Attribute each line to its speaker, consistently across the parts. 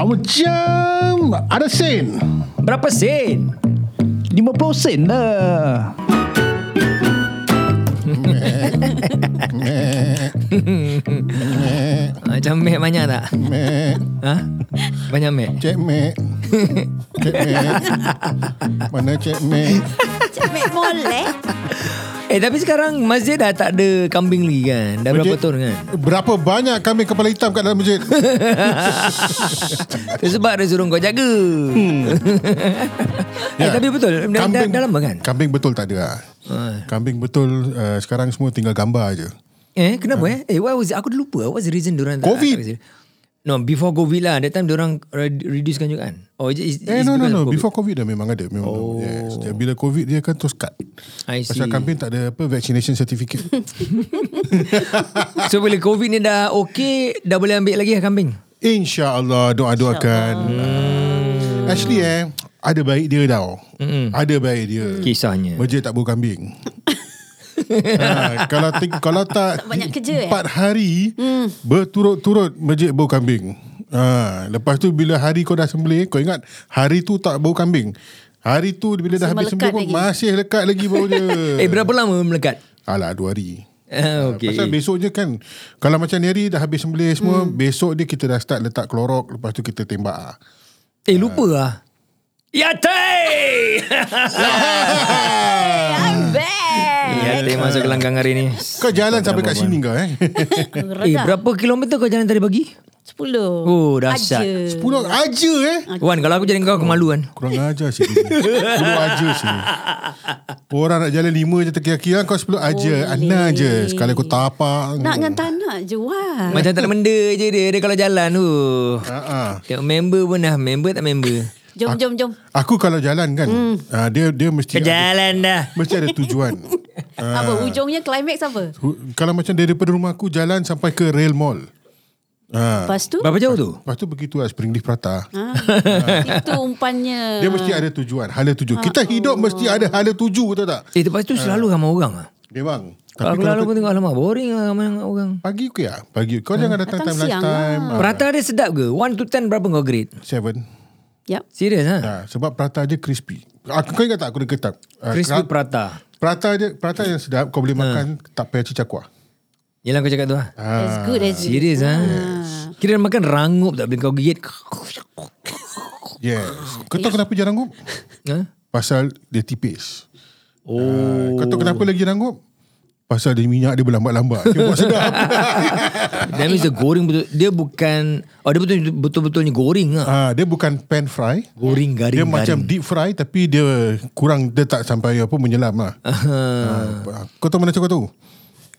Speaker 1: Macam ada sen.
Speaker 2: Berapa sen? 50 sen lah
Speaker 3: Macam mek banyak tak?
Speaker 1: Mek,
Speaker 3: Ha? Banyak mek?
Speaker 1: cek mek. Cek mek. Mana cek mek?
Speaker 4: Cik Mek molek
Speaker 3: Eh tapi sekarang masjid dah tak ada kambing lagi kan? Dah berapa
Speaker 1: Masjid-
Speaker 3: tahun kan?
Speaker 1: Berapa banyak kami kepala hitam kat dalam masjid?
Speaker 3: Itu sebab dia suruh kau jaga. eh, tapi betul. Dah, dah, dah lama
Speaker 1: Hmm. Ya.
Speaker 3: kan?
Speaker 1: Kambing betul tak ada lah.
Speaker 3: Ah.
Speaker 1: Kambing betul uh, sekarang semua tinggal gambar je.
Speaker 3: Eh, kenapa eh? Eh, why was it? Aku dah lupa. What's the reason diorang tak-
Speaker 1: Ha. Covid.
Speaker 3: tak kasi? No, before COVID lah. That time diorang re- reducekan juga kan? Oh, is, is,
Speaker 1: Eh
Speaker 3: is
Speaker 1: no no
Speaker 3: because
Speaker 1: no
Speaker 3: of
Speaker 1: Before COVID dah memang ada memang oh. yes. Dia- Bila COVID dia kan terus cut
Speaker 3: I see.
Speaker 1: Pasal kambing tak ada apa Vaccination certificate
Speaker 3: So, bila COVID ni dah okay, dah boleh ambil lagi lah kambing?
Speaker 1: InsyaAllah doa-doakan hmm. Actually eh Ada baik dia tau mm Ada baik dia
Speaker 3: Kisahnya.
Speaker 1: Masjid tak bawa kambing ha, kalau ting- kalau tak
Speaker 4: Banyak kerja, eh?
Speaker 1: empat hari hmm. berturut-turut masjid bau kambing. Ha, lepas tu bila hari kau dah sembelih, kau ingat hari tu tak bau kambing. Hari tu bila dah
Speaker 4: Masih
Speaker 1: habis sembelih
Speaker 4: melekat
Speaker 1: pun
Speaker 4: lagi.
Speaker 1: masih lekat lagi bau dia.
Speaker 3: Eh, berapa lama melekat?
Speaker 1: Alah dua hari.
Speaker 3: Ah,
Speaker 1: Okay. Pasal
Speaker 3: okay.
Speaker 1: besok je kan Kalau macam ni hari Dah habis sembelih semua hmm. Besok dia kita dah start Letak klorok Lepas tu kita tembak ah.
Speaker 3: Eh, lupa lah. Yatay!
Speaker 4: I'm back
Speaker 3: Yatay Ya, masuk ke langgang hari ni.
Speaker 1: Kau jalan sampai kat sini kau eh
Speaker 3: Eh,
Speaker 4: Redak
Speaker 3: berapa kilometer kau jalan tadi pagi?
Speaker 4: Sepuluh
Speaker 3: Oh, dahsyat.
Speaker 4: Aja.
Speaker 1: Pulang aja eh
Speaker 3: Wan, kalau aku jadi kau, aku malu kan?
Speaker 1: Kurang ajar sih Sepuluh aja sih Orang nak jalan lima je terkira-kira Kau sepuluh aja Ana je Sekali aku tapak
Speaker 3: Oh.
Speaker 4: Nak dengan tak nak je Wah
Speaker 3: Macam tak ada benda je dia, dia kalau jalan tu.
Speaker 1: uh-uh.
Speaker 3: Tengok member pun dah, member tak member.
Speaker 4: Jom jom jom
Speaker 1: Aku kalau jalan kan mm.
Speaker 4: Hmm.
Speaker 1: uh, Dia dia mesti ada,
Speaker 3: Kejalan dah.
Speaker 1: Mesti ada tujuan
Speaker 3: Ah.
Speaker 4: Apa ujungnya climax apa
Speaker 1: Hu- Kalau macam daripada rumah aku Jalan sampai ke rail mall uh.
Speaker 4: Lepas tu
Speaker 3: Berapa jauh tu?
Speaker 1: Lepas tu begitu lah Spring Leaf Prata
Speaker 4: ha, Itu umpannya
Speaker 1: Dia mesti ada tujuan Hala tuju Kita
Speaker 4: Ah,
Speaker 1: hidup
Speaker 4: oh.
Speaker 1: mesti ada hala tuju Tahu tak Eh,
Speaker 3: Eh lepas tu selalu ramai orang ah.
Speaker 1: Memang Tapi
Speaker 3: Kalau aku
Speaker 1: kalau
Speaker 3: lalu pun tengok alamak boring lah ramai orang.
Speaker 1: pagi okey lah Pagi Kau jangan datang,
Speaker 4: Hmm.
Speaker 1: time
Speaker 4: Datang siang lah.
Speaker 1: lunch time ah,
Speaker 3: Prata dia sedap ke? 1 to 10 berapa kau grade?
Speaker 1: Seven
Speaker 4: Yap
Speaker 3: Serius ha?
Speaker 1: Ha, sebab prata dia crispy. Aku kau ingat tak aku dah ketak? Ah,
Speaker 3: Crispy
Speaker 1: kera-
Speaker 3: prata.
Speaker 1: prata dia prata yang sedap kau boleh makan tak payah cicak kuah.
Speaker 3: Yelah kau cakap tu ah.
Speaker 4: That's good that's good
Speaker 3: Serius ha? Kira makan rangup tak bila kau gigit.
Speaker 1: Yes. Kau tahu kenapa jarang gup?
Speaker 3: Ha?
Speaker 1: Pasal dia tipis. Oh. Kau tahu kenapa lagi jarang gup? Pasal dia minyak dia berlambat-lambat. Dia buat sedap.
Speaker 3: That means dia goreng betul. Dia bukan oh dia betul betul-betulnya goreng ah.
Speaker 1: ha, dia bukan pan fry.
Speaker 3: Goreng garing.
Speaker 1: Dia macam deep fry tapi dia kurang dia tak sampai apa menyelam lah. Ha, kau tahu mana macam kau tahu?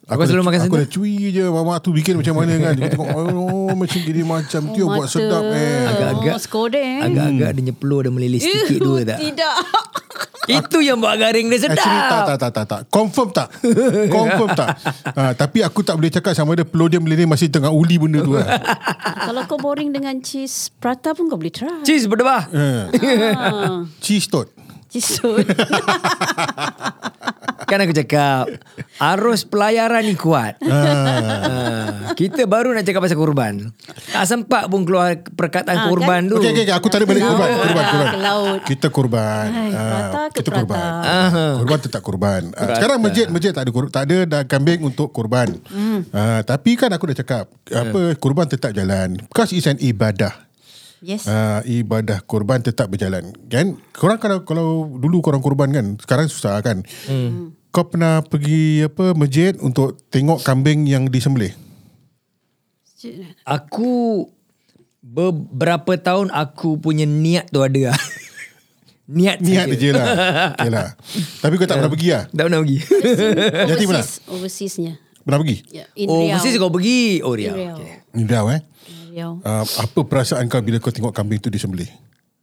Speaker 3: Kau selalu
Speaker 1: dah-
Speaker 3: makan
Speaker 1: Aku
Speaker 3: sana?
Speaker 1: dah cui je Mamak tu bikin macam mana kan Dia tengok Oh macam gini macam tu
Speaker 4: Oh,
Speaker 1: Buat
Speaker 4: mata.
Speaker 1: sedap eh
Speaker 3: Agak-agak.
Speaker 4: Oh, skodeng
Speaker 3: Agak-agak dia nyepelur dan melilis sikit dua tak?
Speaker 4: Tidak
Speaker 3: Itu yang buat garing dia sedap.
Speaker 1: Actually Eh, tak, tak tak tak tak Confirm tak Confirm tak ha, Tapi aku tak boleh cakap sama ada Peluh dia melirik masih tengah uli benda tu lah
Speaker 4: Kalau kau boring dengan cheese Prata pun kau boleh try
Speaker 3: Cheese berdebah.
Speaker 1: ha.
Speaker 4: Ah,
Speaker 1: Cheese tot
Speaker 4: Cheese soon
Speaker 3: Kan aku cakap Arus pelayaran ni kuat
Speaker 1: Ah.
Speaker 3: ha. Kita baru nak cakap pasal korban Tak sempat pun keluar perkataan korban tu
Speaker 1: Okay, okay, okay. Aku tarik balik
Speaker 4: Ke
Speaker 1: korban.
Speaker 4: laut.
Speaker 1: Korban,
Speaker 4: Ah,
Speaker 1: korban.
Speaker 4: ke laut.
Speaker 1: Kita korban.
Speaker 4: Hai,
Speaker 1: Ah,
Speaker 4: prata ke
Speaker 1: kita
Speaker 4: prata?
Speaker 1: korban. Korban tetap korban. Ah, sekarang masjid masjid tak ada korban, tak ada dah kambing untuk korban.
Speaker 4: Hmm.
Speaker 1: Ah, tapi kan aku dah cakap apa korban tetap jalan. Because it's an ibadah.
Speaker 4: Yes
Speaker 1: Ah, ibadah korban tetap berjalan. Kan? Korang kalau kalau dulu korang korban kan, sekarang susah kan.
Speaker 3: Hmm.
Speaker 1: Kau pernah pergi apa masjid untuk tengok kambing yang disembelih?
Speaker 3: Aku Beberapa tahun aku punya niat tu ada lah. Niat,
Speaker 1: Niat
Speaker 3: saja.
Speaker 1: je lah. Okay lah. Tapi kau
Speaker 3: Ya.
Speaker 1: tak pernah pergi lah.
Speaker 3: Tak pernah pergi
Speaker 1: Yati pernah?
Speaker 4: Overseas Overseasnya
Speaker 1: Pernah pergi?
Speaker 4: yeah. In
Speaker 3: Oh
Speaker 4: Riau
Speaker 3: mesti kau pergi Oh
Speaker 4: In
Speaker 3: Riau
Speaker 4: Riau
Speaker 3: okay.
Speaker 1: Ni dah eh.
Speaker 4: Riau
Speaker 1: Uh, apa perasaan kau bila kau tengok kambing tu disembelih?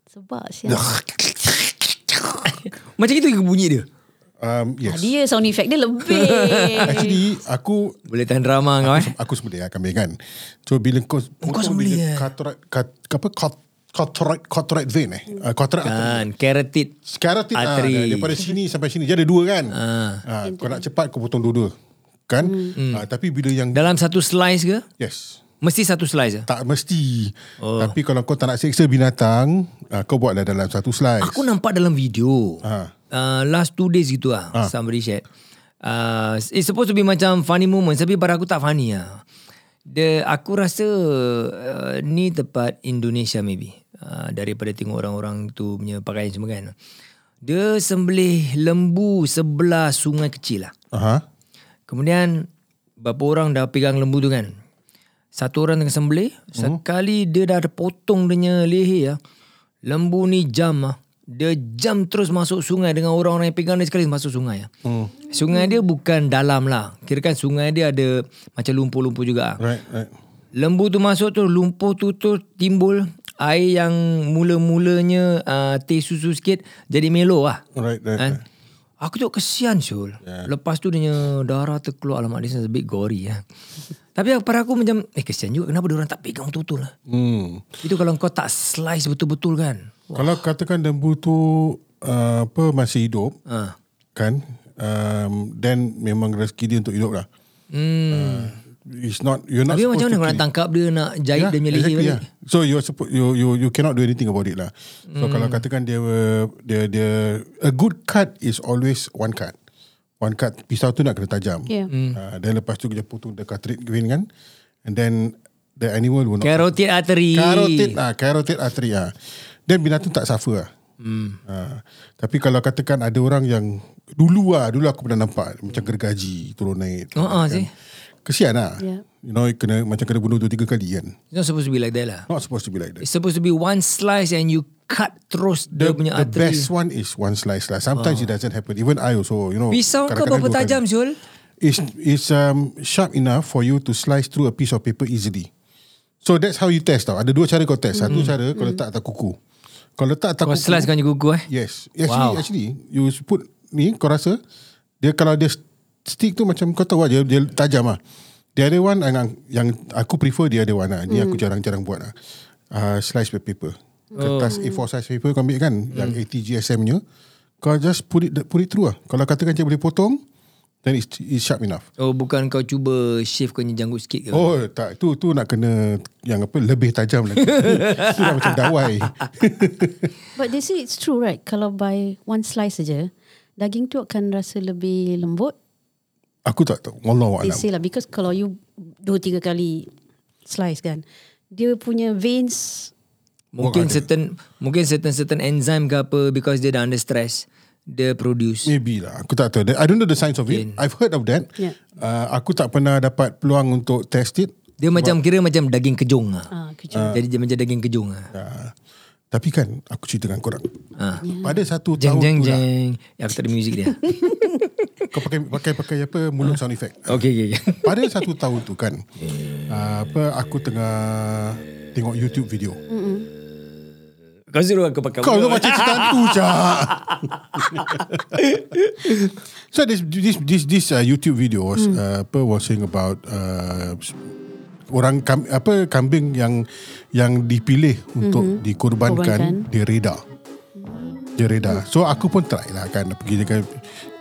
Speaker 4: Sebab siapa
Speaker 3: Macam itu ke bunyi dia
Speaker 1: Um, yes.
Speaker 4: Dia sound effect dia lebih
Speaker 1: Actually, aku
Speaker 3: Boleh tahan drama kau eh
Speaker 1: aku sembelih lah kambing kan. So bila kau kau
Speaker 3: sembelih, eh?
Speaker 1: Carotid kat, apa cat- carotid carotid vein eh. Uh, carotid artery.
Speaker 3: Kan Carotid
Speaker 1: Carotid ah,
Speaker 3: Artery.
Speaker 1: dah- daripada sini sampai sini dia ada dua kan. Ah,
Speaker 3: Hmm.
Speaker 1: kau nak cepat kau potong dua-dua. Kan? Ah, tapi bila yang
Speaker 3: Dalam satu slice ke
Speaker 1: yes.
Speaker 3: Mesti satu slice je.
Speaker 1: Tak mesti. Oh. Tapi kalau kau tak nak seksa binatang, uh, kau buatlah dalam satu slice.
Speaker 3: Aku nampak dalam video.
Speaker 1: Ha.
Speaker 3: Uh, last two days gitu lah. Somebody shared. Uh, it's supposed to be macam funny moments. Tapi pada aku tak funny lah. The, aku rasa uh, ni tempat Indonesia maybe. Uh, daripada tengok orang-orang tu punya pakaian semua kan. Dia sembelih lembu sebelah sungai kecil lah.
Speaker 1: Aha.
Speaker 3: Kemudian berapa orang dah pegang lembu tu kan. Satu orang tengah sembelih, sekali dia dah ada potong dia punya leher ya. Lembu ni jam ah. Dia jam terus masuk sungai dengan orang-orang yang pegang dia sekali masuk sungai ya. Hmm. Sungai dia bukan dalam lah. Kirakan sungai dia ada macam lumpur-lumpur juga. ah.
Speaker 1: Right, right.
Speaker 3: Lembu tu masuk tu lumpur tu tu timbul air yang mula-mulanya uh, teh susu sikit jadi melo lah.
Speaker 1: Right, right.
Speaker 3: Kan? Aku tengok kesian Syul.
Speaker 1: Ya.
Speaker 3: Yeah. Lepas tu dia punya darah terkeluar. Alamak, this is a bit gory ya. Tapi pada aku macam, eh kesian juga kenapa orang tak pegang betul-betul lah.
Speaker 1: Hmm.
Speaker 3: Itu kalau kau tak slice betul-betul kan.
Speaker 1: Kalau katakan lembu tu uh, apa masih hidup,
Speaker 3: Ha.
Speaker 1: kan? Um, then memang rezeki dia untuk hidup lah.
Speaker 3: Hmm.
Speaker 1: It's not you're not
Speaker 3: Tapi macam mana
Speaker 1: supposed
Speaker 3: kau nak
Speaker 1: to kill it.
Speaker 3: tangkap dia, nak jahit yeah, dia punya
Speaker 1: Ya,
Speaker 3: leher
Speaker 1: exactly,
Speaker 3: balik?
Speaker 1: yeah. So you are suppo- you you you cannot do anything about it lah. So kalau
Speaker 3: Hmm.
Speaker 1: katakan dia were- dia dia a good cut is always one cut. One cut pisau tu nak kena tajam.
Speaker 4: Yeah.
Speaker 3: Hmm.
Speaker 1: Uh, then lepas tu kita potong the cartilage vein kan. And then the animal will not
Speaker 3: Carotid artery.
Speaker 1: Carotid ah, carotid artery ah. Then binatang tak suffer ah. Hmm. Ah, tapi kalau katakan ada orang yang dulu ah, dulu aku pernah nampak macam gergaji turun naik.
Speaker 3: Hmm. Oh, ah,
Speaker 1: Ya.
Speaker 3: sih.
Speaker 1: Kesian ah.
Speaker 4: Ya.
Speaker 1: You know kena macam kena bunuh dua tiga kali kan.
Speaker 3: It's not supposed to be like that lah.
Speaker 1: Not supposed to be like that.
Speaker 3: It's supposed to be one slice and you cut terus
Speaker 1: The,
Speaker 3: dia punya
Speaker 1: the
Speaker 3: artery.
Speaker 1: best one is one slice lah. Sometimes it doesn't happen. Even I also, you know.
Speaker 3: Pisau kau
Speaker 1: kadang-kadang
Speaker 3: berapa
Speaker 1: dua kali.
Speaker 3: tajam Syul?
Speaker 1: It's it's um sharp enough for you to slice through a piece of paper easily. So that's how you test tau. Ada dua cara kau test. Satu cara kau letak atas kuku. Kau letak atas
Speaker 3: Hmm. Kau
Speaker 1: kuku.
Speaker 3: slice kan juga eh.
Speaker 1: Yes. Actually,
Speaker 3: Wow.
Speaker 1: actually you put ni kau rasa dia kalau dia stick tu macam kau tahu lah, dia, dia tajam lah. The other one yang, yang aku prefer the other one lah. Ni aku jarang-jarang buat lah. Uh, slice paper. Kertas A4 size paper kau ambil kan yang 80 GSM nya. Kau just put it put it through lah. Kalau katakan dia boleh potong then it's, it's sharp enough.
Speaker 3: Oh bukan kau cuba shave kau punya janggut sikit ke? Oh.
Speaker 1: Oh tak tu tu nak kena yang apa lebih tajam lagi. tu dah macam dawai.
Speaker 4: But they say it's true right? Kalau buy one slice saja, daging tu akan rasa lebih lembut.
Speaker 1: Aku tak tahu. Wallahu
Speaker 4: They
Speaker 1: a'lam.
Speaker 4: say lah because kalau you dua tiga kali slice kan, dia punya veins
Speaker 1: Bukan
Speaker 3: Mungkin
Speaker 1: ada.
Speaker 3: certain mungkin certain certain enzyme ke apa because dia dah under stress dia produce.
Speaker 1: Maybe lah. Aku tak tahu. I don't know the science of it. I've heard of that.
Speaker 4: Yeah.
Speaker 1: Uh, aku tak pernah dapat peluang untuk test it.
Speaker 3: Dia macam kira macam daging kejung ah.
Speaker 4: ah, kejut.
Speaker 3: Uh. Jadi dia macam daging kejung ah.
Speaker 1: Uh, tapi kan aku ceritakan korang.
Speaker 3: Ah.
Speaker 1: Pada satu
Speaker 3: Jeng
Speaker 1: tahun
Speaker 3: jeng
Speaker 1: tu lah.
Speaker 3: jeng. Ya, aku tak ada music dia.
Speaker 1: Kau pakai pakai pakai apa mulut sound effect.
Speaker 3: okay okay. okay.
Speaker 1: Pada satu tahun tu kan. Uh, apa aku tengah tengok YouTube video.
Speaker 3: Kau suruh aku pakai.
Speaker 1: Kau tu
Speaker 3: mulut.
Speaker 1: macam cerita hantu Jack. so this this this this uh, YouTube video was hmm. uh, apa was saying about uh, orang kam, apa kambing yang yang dipilih untuk hmm. dikorbankan
Speaker 4: Korbankan.
Speaker 1: direda. Direda. So aku pun try lah kan pergi dekat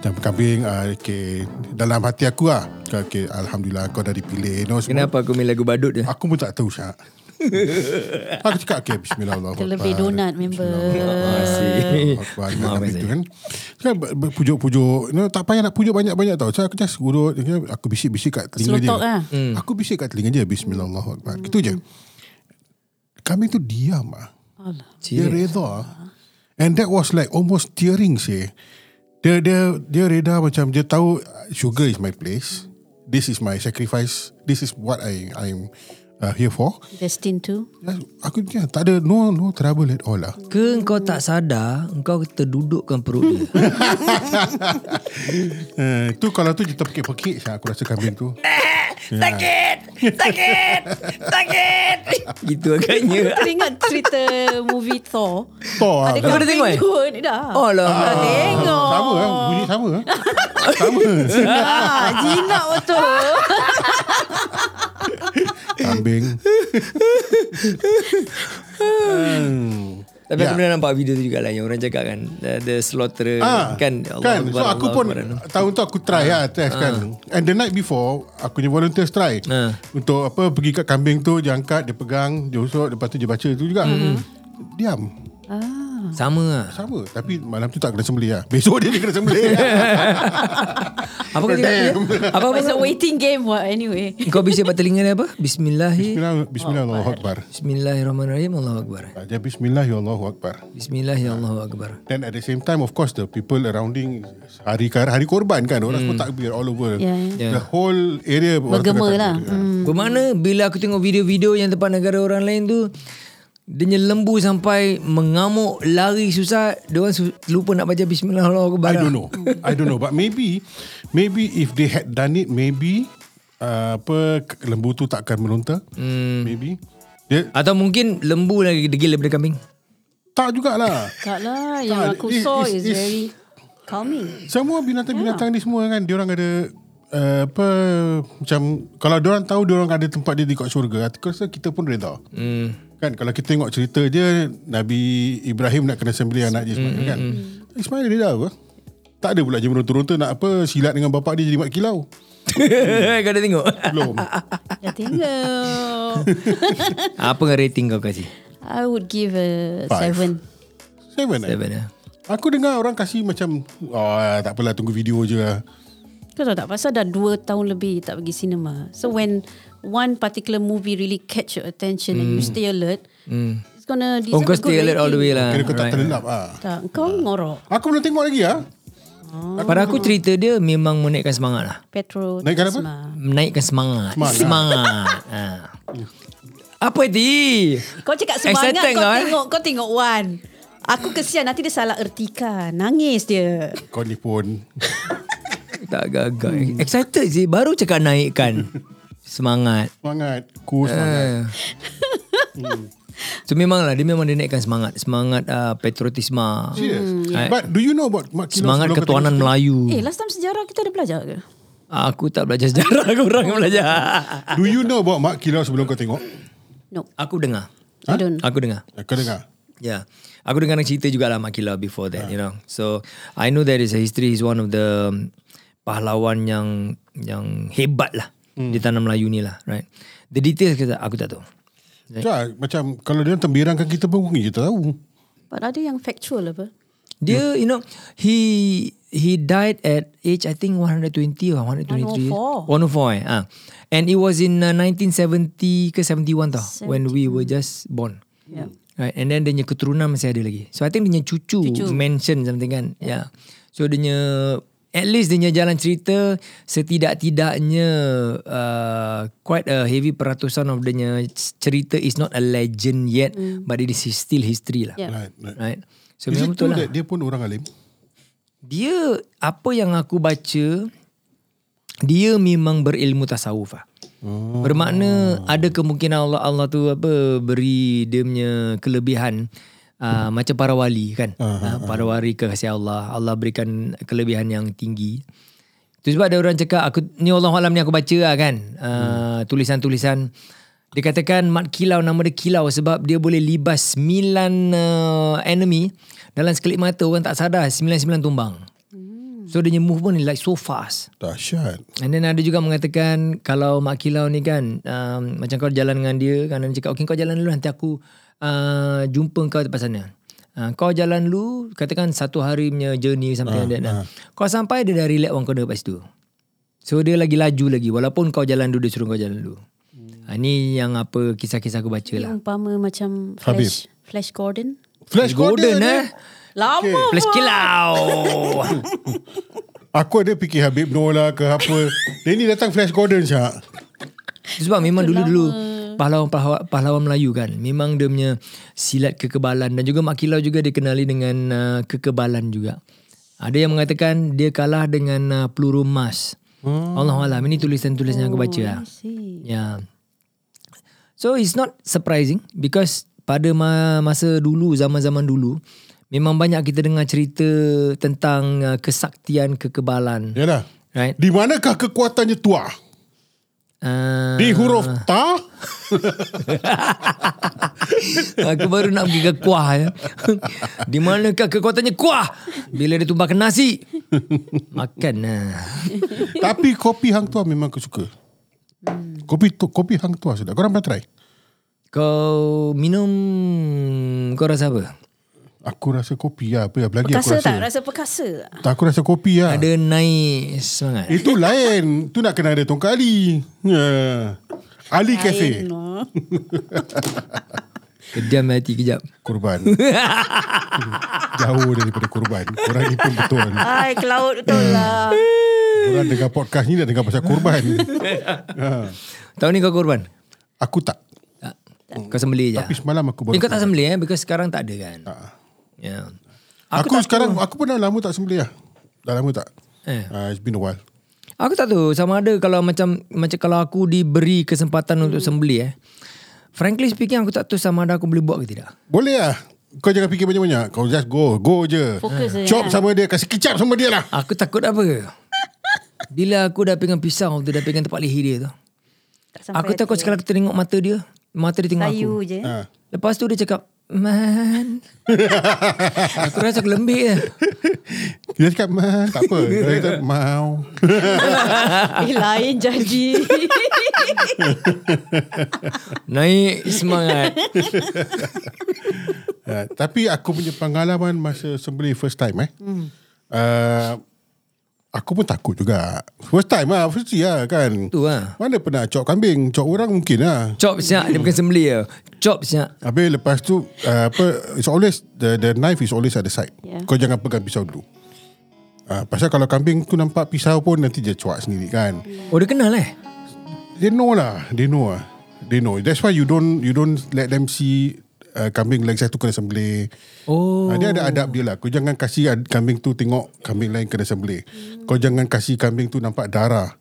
Speaker 1: macam kambing uh, okay. dalam hati aku lah okay, alhamdulillah kau dah dipilih no, semua.
Speaker 3: Kenapa aku main lagu badut dia?
Speaker 1: Aku pun tak tahu Syak Aku cakap okay Bismillahirrahmanirrahim
Speaker 4: Terlebih donat, member.
Speaker 3: Ah,
Speaker 1: Bismillahirrahmanirrahim. Akbar,
Speaker 3: Maafkan
Speaker 1: Nabi tu
Speaker 3: saya.
Speaker 1: kan Kan ber- ber- pujuk-pujuk no, Tak payah nak pujuk banyak-banyak tau So aku just urut dia- Aku bisik-bisik kat telinga dia Hmm.
Speaker 4: Selotok lah.
Speaker 1: Aku bisik kat telinga dia Bismillahirrahmanirrahim Gitu je Kami tu diam ah.
Speaker 4: Allah.
Speaker 1: Dia reda ah. And that was like Almost tearing sih Dia dia dia reda macam Dia tahu uh, Sugar is my place This is my sacrifice This is what I I'm uh, here for
Speaker 4: Destined to
Speaker 1: Just- Aku ya, tak ada no no trouble at all lah.
Speaker 3: Ke kau tak sadar Kau terdudukkan perut dia
Speaker 1: Uh, tu kalau tu kita pekik-pekik saya aku rasa kambing tu.
Speaker 3: Sakit Sakit Sakit Gitu agaknya
Speaker 4: Teringat cerita movie Thor
Speaker 1: Thor.
Speaker 4: Ada
Speaker 3: Kau dah tengok, eh?
Speaker 4: kambing eh? Dah
Speaker 1: Ah.
Speaker 3: Oh lah
Speaker 4: Dah tengok
Speaker 1: lah. Sama kan bunyi sama. eh? sama.
Speaker 4: ah, Jinak betul
Speaker 1: kambing. Hmm.
Speaker 3: Tapi yeah. aku pernah nampak video tu juga lah yang orang cakap kan uh, the slaughterer
Speaker 1: Ah,
Speaker 3: kan
Speaker 1: kan. So
Speaker 3: Akbar,
Speaker 1: aku
Speaker 3: Allah Ha.
Speaker 1: pun
Speaker 3: Akbar.
Speaker 1: tahun tu aku try lah test kan. And the night before aku punya volunteers try
Speaker 3: Ah.
Speaker 1: untuk apa pergi kat kambing tu dia angkat dia pegang dia usut lepas tu dia baca tu juga.
Speaker 3: Hmm.
Speaker 1: Diam.
Speaker 3: sama lah.
Speaker 1: Sama tapi malam tu tak kena sembelih lah. Besok dia, dia kena sembelih.
Speaker 3: Apa kau cakap?
Speaker 1: Damn.
Speaker 3: Apa
Speaker 4: But
Speaker 3: apa?
Speaker 4: it's a waiting game what anyway.
Speaker 3: Kau bisa buat telinga dia apa? Bismillahi
Speaker 1: Bismillah, Bismillahirrahmanirrahim.
Speaker 3: Bismillahirrahmanirrahim Allahu Akbar.
Speaker 1: Baca Bismillah ya Allahu Akbar.
Speaker 3: Bismillahirrahmanirrahim Allahu Akbar.
Speaker 1: Then at the same time of course the people surrounding hari kar- hari korban kan orang semua takbir all over.
Speaker 4: Hmm. Yeah,
Speaker 3: yeah.
Speaker 1: The whole area orang
Speaker 4: Bergema
Speaker 1: tengah
Speaker 4: lah.
Speaker 1: takbir.
Speaker 3: Hmm. Bermakna bila aku tengok video-video yang tempat negara orang lain tu dia punya lembu sampai mengamuk lari susah dia orang su- lupa nak baca
Speaker 1: I
Speaker 3: bismillahirrahmanirrahim.
Speaker 1: don't know. I don't know. But maybe, maybe if they had done it, maybe uh, apa k- lembu tu takkan melontar. Hmm. Maybe. Dia
Speaker 3: Atau mungkin lembu lagi degil daripada kambing.
Speaker 1: tak jugalah.
Speaker 4: Tak
Speaker 3: Ah,
Speaker 4: lah yang
Speaker 1: Tak,
Speaker 4: aku
Speaker 1: it-
Speaker 4: saw
Speaker 1: it's-
Speaker 4: is
Speaker 1: it's-
Speaker 4: very calming.
Speaker 1: Semua binatang-binatang
Speaker 4: Ah.
Speaker 1: ni semua kan, dia orang ada uh, apa macam kalau dia orang tahu dia orang ada tempat dia di kat syurga, aku rasa kita pun reda. Hmm. Kan kalau kita tengok cerita dia Nabi Ibrahim nak kena sembelih anak dia
Speaker 3: Mm-hmm.
Speaker 1: Ismail kan. Ismail reda ke? Tak ada pula je merunta-runta nak apa silat dengan bapak dia jadi mat kilau.
Speaker 3: kau dah tengok?
Speaker 1: Belum.
Speaker 4: Ya tengok.
Speaker 3: Apa kau rating kau kasih?
Speaker 4: I would give a
Speaker 1: Five.
Speaker 4: seven.
Speaker 1: Seven, eh?
Speaker 3: Seven lah.
Speaker 1: Aku dengar orang kasih macam oh, Tak apalah tunggu video je lah
Speaker 4: Kau tahu tak pasal dah 2 tahun lebih tak pergi cinema. So when one particular movie really catch your attention mm. and you stay alert, mm. it's gonna
Speaker 3: Hmm. Oh kau
Speaker 4: deserve a good
Speaker 3: stay alert all the way lah.
Speaker 1: Kira kau tak
Speaker 3: Alright.
Speaker 1: terlelap ah.
Speaker 4: Tak, kau ngorok.
Speaker 1: Aku belum tengok lagi ah.
Speaker 3: Pada aku cerita dia memang menaikkan semangat lah.
Speaker 4: Petro
Speaker 1: Naikkan apa?
Speaker 4: Tasma.
Speaker 3: Menaikkan semangat.
Speaker 1: Semangat. Ya.
Speaker 3: Semangat. semangat. ha. Apa di?
Speaker 4: Kau cakap semangat
Speaker 3: Excited
Speaker 4: kau
Speaker 3: kau, eh?
Speaker 4: tengok kau tengok one. Aku kesian nanti dia salah ertika. Nangis dia.
Speaker 1: Kau ni pun
Speaker 3: Tak gagal. Hmm. Excited sih. Baru cakap naikkan. semangat.
Speaker 1: Semangat Ku semangat
Speaker 3: Ha. Hmm. So memang lah Dia memang dia naikkan semangat Semangat uh, patriotisma
Speaker 1: Serious
Speaker 3: Ah,
Speaker 1: But do you know about Mak Kilau
Speaker 3: Semangat
Speaker 1: sebelum kau
Speaker 3: ketuanan
Speaker 1: tengok cerita?
Speaker 3: Melayu
Speaker 4: Hmm. Eh, last time sejarah kita ada belajar ke?
Speaker 3: Aku tak belajar sejarah Korang yang belajar
Speaker 1: Do you know about Mak Kilau sebelum kau tengok Eh,
Speaker 4: No.
Speaker 3: Aku dengar
Speaker 4: Huh? I don't.
Speaker 3: Aku dengar
Speaker 1: Kau dengar
Speaker 3: Yeah. Aku dengar nak cerita jugalah Makila before that, you know. So, I know there is a history. He's one of the um, pahlawan yang yang hebat lah. Di tanah Melayu ni lah, right? The details kita, aku tak tahu. Eh.
Speaker 1: Cuma, macam kalau dia tembirangkan kita pun mungkin kita tahu.
Speaker 4: But ada yang factual apa?
Speaker 1: Hmm.
Speaker 3: Dia, you know, he he died at age I think 120 or 123. 104.
Speaker 4: 104.
Speaker 3: Eh? Ah. And it was in uh, 1970 ke 71 tau when we were just born. Yeah. Right. And then dia punya keturunan masih ada lagi. So I think dia punya cucu, cucu. mention something kan. Yeah. So dia punya at least dia punya jalan cerita setidak-tidaknya uh, quite a heavy peratusan of dia punya cerita is not a legend yet mm. but it is still history lah.
Speaker 4: Yeah.
Speaker 1: Right, right.
Speaker 3: Right. So
Speaker 1: Is it
Speaker 3: memang
Speaker 1: true
Speaker 3: betul lah.
Speaker 1: that dia pun orang alim?
Speaker 3: Dia apa yang aku baca dia memang berilmu tasawuf lah. Oh. Bermakna ada kemungkinan Allah Allah tu apa beri dia punya kelebihan uh, macam para wali kan. Uh, para wali kekasih Allah. Allah berikan kelebihan yang tinggi. Tu sebab ada orang cakap aku ni Allah alam ni aku baca lah kan. Uh, tulisan-tulisan dia katakan Mat Kilau nama dia Kilau sebab dia boleh libas 9 uh, enemy dalam sekelip mata orang tak sadar 99 tumbang. So dia punya movement is like so fast.
Speaker 1: Dahsyat.
Speaker 3: And then ada juga mengatakan kalau Mak Kilau ni kan um, macam kau jalan dengan dia kan dia cakap okay kau jalan dulu nanti aku uh, jumpa kau tempat sana. Uh, kau jalan dulu katakan satu hari punya journey sampai uh, uh. Kau sampai dia dah relax orang kau dekat situ. So dia lagi laju lagi walaupun kau jalan dulu dia suruh kau jalan dulu. Hmm. Ini yang apa kisah-kisah aku baca
Speaker 4: Yang
Speaker 3: lah.
Speaker 4: umpama macam Flash, Flash Gordon.
Speaker 1: Flash Gordon, eh.
Speaker 4: Lama okay.
Speaker 3: Plus kilau.
Speaker 1: Aku ada fikir Habib Noor lah ke apa. dia ni datang Flash Gordon syak.
Speaker 3: Itu sebab memang dulu-dulu pahlawan-pahlawan pahlawan Melayu kan memang dia punya silat kekebalan dan juga Mak Kilau juga dikenali dengan uh, kekebalan juga. Ada yang mengatakan dia kalah dengan uh, peluru emas. Hmm. Allah Allah ini tulisan-tulisan yang aku baca. lah. Ya. So it's not surprising because pada ma- masa dulu zaman-zaman dulu memang banyak kita dengar cerita tentang uh, kesaktian kekebalan.
Speaker 1: Yalah.
Speaker 3: Right?
Speaker 1: Ya Di manakah kekuatannya tua?
Speaker 3: Uh,
Speaker 1: Di huruf ta?
Speaker 3: Aku baru nak pergi ke kuah ya. Di manakah kekuatannya kuah? Bila dia tumpah ke nasi. Makan lah.
Speaker 1: Tapi kopi hang tua memang aku suka.
Speaker 4: Hmm.
Speaker 1: Kopi tu kopi hang tua sedap. Korang pernah try?
Speaker 3: Kau minum kau rasa apa?
Speaker 1: Aku rasa kopi lah. Apa ya? Lagi aku
Speaker 4: Perkasa
Speaker 1: rasa.
Speaker 4: tak? Rasa perkasa tak?
Speaker 1: Tak, aku rasa kopi lah.
Speaker 3: Ada naik semangat.
Speaker 1: Itu lain. Tu nak kena ada tongkat Ali. Yeah. Ali
Speaker 4: Lain,
Speaker 1: Cafe.
Speaker 4: no.
Speaker 3: Kediam hati kejap.
Speaker 1: Kurban. Jauh daripada kurban. Korang ni pun betul.
Speaker 4: Ai, ke laut betul
Speaker 1: Hmm.
Speaker 4: lah.
Speaker 1: Korang dengar podcast ni dah dengar pasal kurban. ha.
Speaker 3: Tahun ni kau korban?
Speaker 1: Aku tak.
Speaker 3: Tak. Kau sembelih je.
Speaker 1: Tapi semalam aku baru.
Speaker 3: Eh, kau tak sembelih eh because sekarang tak ada kan.
Speaker 1: Tak.
Speaker 3: Ya.
Speaker 1: Aku, aku sekarang, aku pun dah lama tak sembelih lah. Dah lama tak?
Speaker 3: Eh.
Speaker 1: Uh, it's been a while.
Speaker 3: Aku tak tahu sama ada kalau macam macam kalau aku diberi kesempatan untuk sembelih eh. Frankly speaking aku tak tahu sama ada aku boleh buat ke tidak.
Speaker 1: Boleh lah. Kau jangan fikir banyak-banyak. Kau just go. Go je.
Speaker 4: Fokus je,
Speaker 1: Chop sama dia. Kasih kicap sama dia lah.
Speaker 3: Aku takut apa? Bila aku dah pegang pisau tu dah pegang tempat leher dia tu.
Speaker 4: Tak sampai
Speaker 3: Aku takut sekali aku tengok mata dia, mata dia tengok aku.
Speaker 4: Kayu je.
Speaker 1: Ha.
Speaker 3: Lepas tu dia cakap, "Man." aku rasa aku lembik je.
Speaker 1: Dia cakap, ma, tak apa. Dia cakap, mau. Ah.
Speaker 4: Eh, lain jadi.
Speaker 3: Naik semangat.
Speaker 1: Uh, tapi aku punya pengalaman masa sembelih first time eh. Hmm. Uh, aku pun takut juga. First time lah, first year lah kan.
Speaker 3: Tu lah.
Speaker 1: Mana pernah cok kambing, cok orang mungkin lah.
Speaker 3: Chop siap, dia bukan sembelih je. Chop siap.
Speaker 1: Habis lepas tu uh, apa it's always the the knife is always at the side.
Speaker 4: Yeah.
Speaker 1: Yeah. Kau jangan pegang pisau dulu. Uh, pasal kalau kambing tu nampak pisau pun nanti dia cuak sendiri kan.
Speaker 3: Oh dia kenal eh?
Speaker 1: They know lah, they know lah. They know. That's why you don't you don't let them see uh, kambing lagi satu kena sembelih.
Speaker 3: Oh.
Speaker 1: Ha, dia ada adab dia lah. Kau jangan kasih ad- kambing tu tengok kambing lain kena sembelih.
Speaker 3: Hmm.
Speaker 1: Kau jangan kasih kambing tu nampak darah.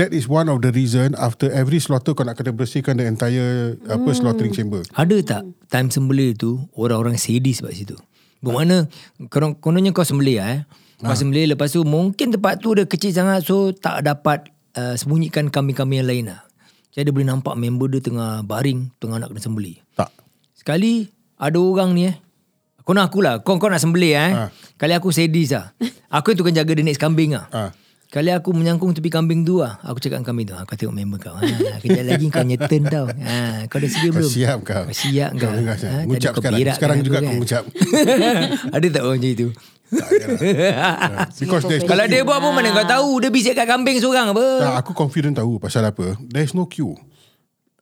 Speaker 1: That is one of the reason after every slaughter kau nak kena bersihkan the entire apa
Speaker 3: Hmm.
Speaker 1: slaughtering chamber.
Speaker 3: Ada tak time sembelih tu orang-orang sedih sebab situ? Bermakna konon- kononnya kau sembelih lah, eh. Kau sembelih lepas tu mungkin tempat tu dia kecil sangat so tak dapat uh, sembunyikan kambing-kambing yang lain lah. Jadi dia boleh nampak member dia tengah baring, tengah nak kena sembelih.
Speaker 1: Tak.
Speaker 3: Sekali ada orang ni eh. Kau nak akulah. Kau, kau nak sembelih eh.
Speaker 1: Ah.
Speaker 3: Ha. Kali aku sedis lah. Aku yang tukang jaga the next kambing lah.
Speaker 1: Ha.
Speaker 3: Kali aku menyangkung tepi kambing tu lah. Aku cakap dengan kambing tu. Aku tengok member kau. Ha, kejap lagi kau nyeten tau. Ha, kau dah sedia
Speaker 1: Kau
Speaker 3: belum?
Speaker 1: siap kau.
Speaker 3: Kau siap kau.
Speaker 1: dengar
Speaker 3: Ha,
Speaker 1: saya.
Speaker 3: tadi
Speaker 1: Ngucap
Speaker 3: kau
Speaker 1: sekarang.
Speaker 3: berak
Speaker 1: Sekarang
Speaker 3: dengan
Speaker 1: juga aku
Speaker 3: kan?
Speaker 1: ngucap.
Speaker 3: ada tak orang macam itu?
Speaker 1: Tak, ya lah. Ha,
Speaker 3: Ah,
Speaker 1: Because there's
Speaker 3: Kalau dia buat pun mana kau tahu. Dia bisik kat kambing seorang apa.
Speaker 1: tak, aku confident tahu pasal apa. There is no queue.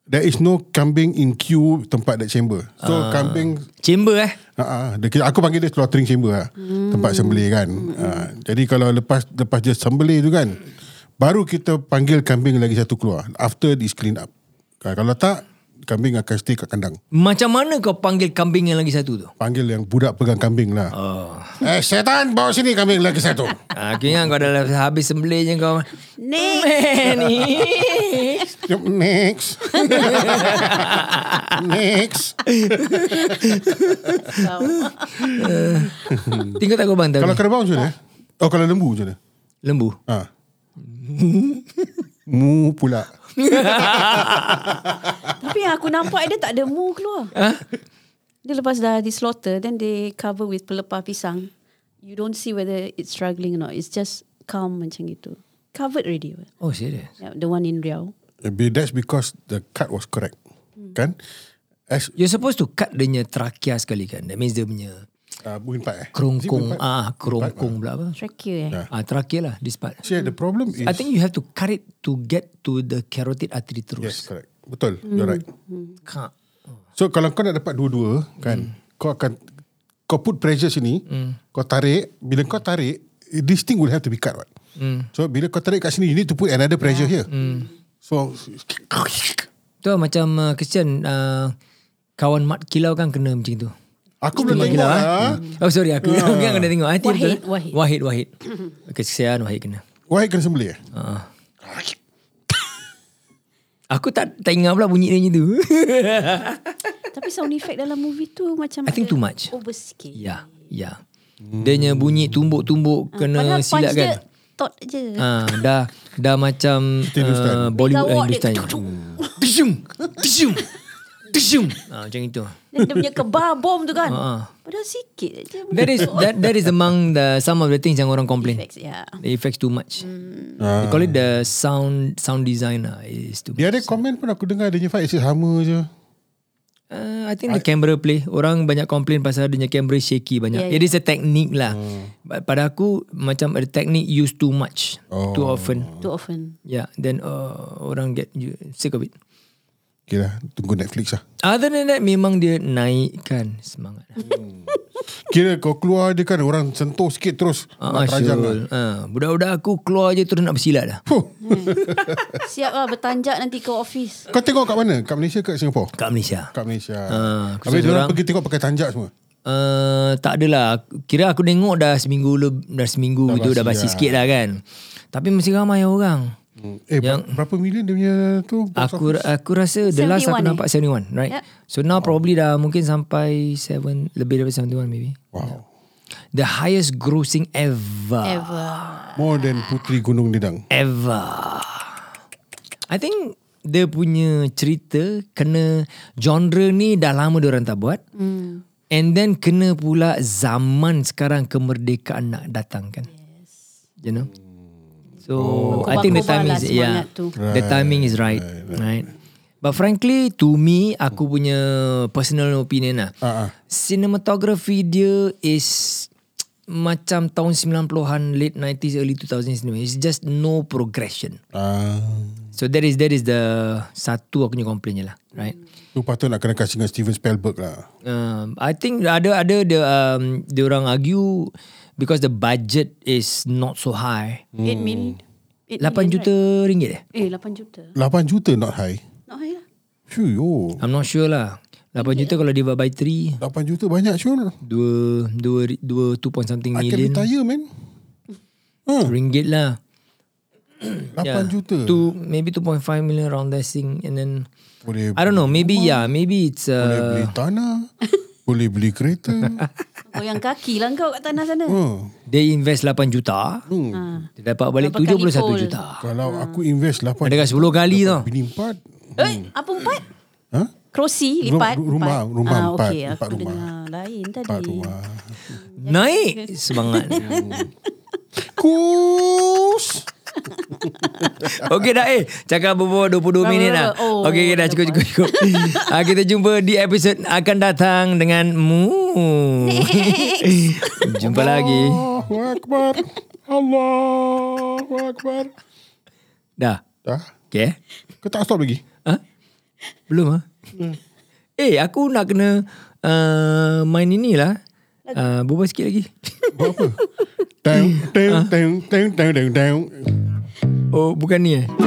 Speaker 1: There is no kambing in queue tempat that chamber.
Speaker 3: Ah.
Speaker 1: So kambing
Speaker 3: Chamber eh.
Speaker 1: Ha, aku panggil dia slaughtering chamber lah. Hmm. Tempat sembelih kan. Ha, jadi kalau lepas lepas dia sembelih tu kan, baru kita panggil kambing lagi satu keluar. After this clean up. Ha, kalau tak, kambing akan stay kat kandang.
Speaker 3: Macam mana kau panggil kambing yang lagi satu tu?
Speaker 1: Panggil yang budak pegang kambing lah.
Speaker 3: Oh.
Speaker 1: Eh, setan, bawa sini kambing lagi satu.
Speaker 3: Akhirnya Ah, kau dah habis sembelih je kau.
Speaker 4: Next.
Speaker 1: Next. Next.
Speaker 3: Tinggal tak kau bang
Speaker 1: Kalau
Speaker 3: tadi?
Speaker 1: kerbau macam mana? Oh, kalau lembu macam mana?
Speaker 3: Lembu.
Speaker 1: Ha. Mu pula.
Speaker 4: Tapi yang aku nampak dia tak ada mu keluar.
Speaker 3: Ha?
Speaker 4: Dia lepas dah di slaughter, then they cover with pelepah pisang. You don't see whether it's struggling or not. It's just calm macam gitu. Covered already. apa.
Speaker 3: Oh serius?
Speaker 4: Yeah, the one in Riau.
Speaker 1: Be- That's because the cut was correct. Kan? As
Speaker 3: You're supposed to cut dia punya trachea sekali kan. That means dia punya
Speaker 1: uh, Buinpat eh? Is it
Speaker 3: kerongkong.
Speaker 1: Buinpat?
Speaker 3: Ah, kerongkong pula apa.
Speaker 4: Trachea eh.
Speaker 1: Yeah.
Speaker 3: Ah, trachea lah this part.
Speaker 1: See, the problem is...
Speaker 3: I think you have to cut it to get to the carotid artery
Speaker 1: Yes,
Speaker 3: terus.
Speaker 1: correct. Betul, you're right.
Speaker 3: Kak.
Speaker 1: So, kalau kau nak dapat dua-dua,
Speaker 3: Hmm.
Speaker 1: kan? Kau akan... Kau put pressure sini, kau tarik. Bila kau tarik, this thing will have to be cut, right?
Speaker 3: Hmm.
Speaker 1: So, bila kau tarik kat sini, you need to put another pressure here. So,
Speaker 3: Tu lah macam uh, kesian uh, kawan Mat Kilau kan kena macam tu.
Speaker 1: aku belum tengok
Speaker 3: Kilau
Speaker 1: lah.
Speaker 3: eh. Oh sorry aku yeah. kan kena tengok. I think
Speaker 4: Wahid,
Speaker 3: betul. Wahid,
Speaker 4: Wahid.
Speaker 3: Wahid. Kesian Wahid kena. Ah.
Speaker 1: Wahid kena sembelih eh?
Speaker 3: Aku tak tak ingat pula bunyi dia macam tu.
Speaker 4: Tapi sound effect dalam movie tu macam
Speaker 3: I think
Speaker 4: ada
Speaker 3: too much.
Speaker 4: Over sikit.
Speaker 3: ya, ya. Dia punya bunyi tumbuk-tumbuk kena
Speaker 4: Ah, Padahal
Speaker 3: silap
Speaker 4: punch
Speaker 3: kan.
Speaker 4: dia tot je.
Speaker 3: Ah, dah dah macam
Speaker 1: Hindustan.
Speaker 3: uh, Bollywood dan
Speaker 4: Gawak dia.
Speaker 3: Hindustan. Tishum, tishum, tishum. Ah, macam itu.
Speaker 4: Then dia punya kebar bom tu kan.
Speaker 3: Ha.
Speaker 4: Padahal sikit je.
Speaker 3: That is that that is among the some of the things yang orang complain.
Speaker 4: Effects, ya. yeah.
Speaker 3: The effects Hmm. too much. They call it the sound sound designer is too.
Speaker 1: Dia ada komen pun aku dengar dia punya fight asyik sama je.
Speaker 3: Uh, I think the camera play Orang banyak complain Pasal dia punya camera shaky banyak yeah,
Speaker 4: Yeah,
Speaker 3: It is a technique lah But Pada aku Macam the technique used too much Too often
Speaker 4: Too often.
Speaker 3: Yeah Then uh, orang get you, sick of it
Speaker 1: Okay lah, tunggu Netflix lah.
Speaker 3: Other than that Memang dia naikkan semangat
Speaker 1: Kira kau keluar je kan orang sentuh sikit terus
Speaker 3: Ah,
Speaker 1: nak terajang lah.
Speaker 3: Syul. Ah, Budak-budak aku keluar je terus nak bersilat dah
Speaker 1: Huh.
Speaker 4: Siap lah bertanjak nanti ke office.
Speaker 1: Kau tengok kat mana? Kat Malaysia ke Singapura?
Speaker 3: Kat Malaysia
Speaker 1: Kat Malaysia.
Speaker 3: Ah, aku
Speaker 1: Habis
Speaker 3: seorang.
Speaker 1: diorang pergi tengok pakai tanjak semua.
Speaker 3: Uh, tak adalah Kira aku tengok dah seminggu le- Dah seminggu dah
Speaker 1: Dah
Speaker 3: gitu Dah
Speaker 1: basi lah. dah.
Speaker 3: basi sikit dah kan Tapi masih ramai orang
Speaker 1: Hmm. Eh,
Speaker 3: Yang- Ah.
Speaker 1: Yang berapa million dia punya tu? box
Speaker 3: Aku aku rasa the last aku
Speaker 4: 71 eh?
Speaker 3: nampak 71 right
Speaker 4: Yep.
Speaker 3: So now probably dah mungkin sampai 7 Lebih daripada 71 maybe
Speaker 1: Wow.
Speaker 3: The highest grossing ever
Speaker 4: Ever.
Speaker 1: More than Putri Gunung Dedang.
Speaker 3: Ever I think dia punya cerita Kena genre ni dah lama diorang tak buat
Speaker 4: Hmm.
Speaker 3: And then kena pula zaman sekarang kemerdekaan nak datang kan. Yes. You know? So oh. I think the
Speaker 4: Kubah-kubah
Speaker 3: timing
Speaker 4: lah
Speaker 3: is yeah.
Speaker 4: semangat tu.
Speaker 3: The timing is right, right. But frankly to me aku punya personal opinion lah.
Speaker 1: Ah, ah.
Speaker 3: Cinematography dia is macam tahun 90-an late 90s early 2000s anyway. It's just no progression.
Speaker 1: Ah,
Speaker 3: So that is that is the satu aku punya complain je lah, right?
Speaker 1: tu patut nak kena kasih dengan Steven Spielberg lah.
Speaker 3: Um, I think ada ada the um, orang argue because the budget is not so high.
Speaker 4: 8 million. 8
Speaker 3: 8 juta ringgit eh?
Speaker 4: Eh, 8 juta.
Speaker 1: 8 juta not high.
Speaker 4: Not high lah.
Speaker 1: Phew, yo.
Speaker 3: I'm not sure lah. 8 juta kalau divide by 3
Speaker 1: 8 juta banyak sure.
Speaker 3: 2 2 2 2 point something
Speaker 1: I can
Speaker 3: million
Speaker 1: retire man. Ha,
Speaker 3: ringgit lah.
Speaker 1: 8
Speaker 3: Ya.
Speaker 1: juta.
Speaker 3: Two, maybe 2.5 million around that thing and then
Speaker 1: Boleh
Speaker 3: I don't know, maybe yeah, maybe it's
Speaker 1: boleh
Speaker 3: uh,
Speaker 1: beli tanah. boleh beli kereta.
Speaker 4: Goyang kaki lah kau kat tanah sana.
Speaker 3: Hmm.
Speaker 1: Ha.
Speaker 3: they invest 8 juta,
Speaker 1: Hmm.
Speaker 3: dia Ha. dapat balik
Speaker 4: Berapa kali
Speaker 3: 71
Speaker 4: fold?
Speaker 3: juta.
Speaker 1: Kalau aku invest 8
Speaker 3: Ada 10 kali tau.
Speaker 1: Bini empat.
Speaker 4: Eh, apa empat?
Speaker 1: Ha?
Speaker 4: Kerusi
Speaker 1: Ru-
Speaker 4: lipat.
Speaker 1: ru- rumah,
Speaker 4: empat.
Speaker 1: rumah
Speaker 4: ah,
Speaker 1: empat,
Speaker 4: Okey, aku
Speaker 1: empat rumah.
Speaker 4: dengar lain tadi.
Speaker 1: Empat rumah.
Speaker 3: Naik semangat.
Speaker 1: Kus.
Speaker 3: Okey dah eh Cakap berbual 22 minit lah
Speaker 4: Oh,
Speaker 3: Okey okay, dah cukup cukup cukup Ah, Kita jumpa di episod akan datang dengan Mu Jumpa lagi
Speaker 1: Allahu Akbar. Allahu Akbar.
Speaker 3: Dah
Speaker 1: Dah.
Speaker 3: Okay
Speaker 1: Kau tak stop lagi?
Speaker 3: ha? Belum ha?
Speaker 1: Hmm.
Speaker 3: Eh aku nak kena uh, Main inilah uh, Berbual sikit lagi
Speaker 1: Buat apa? Teng, teng, teng, teng, teng, teng, teng.
Speaker 3: Oh bukan ni eh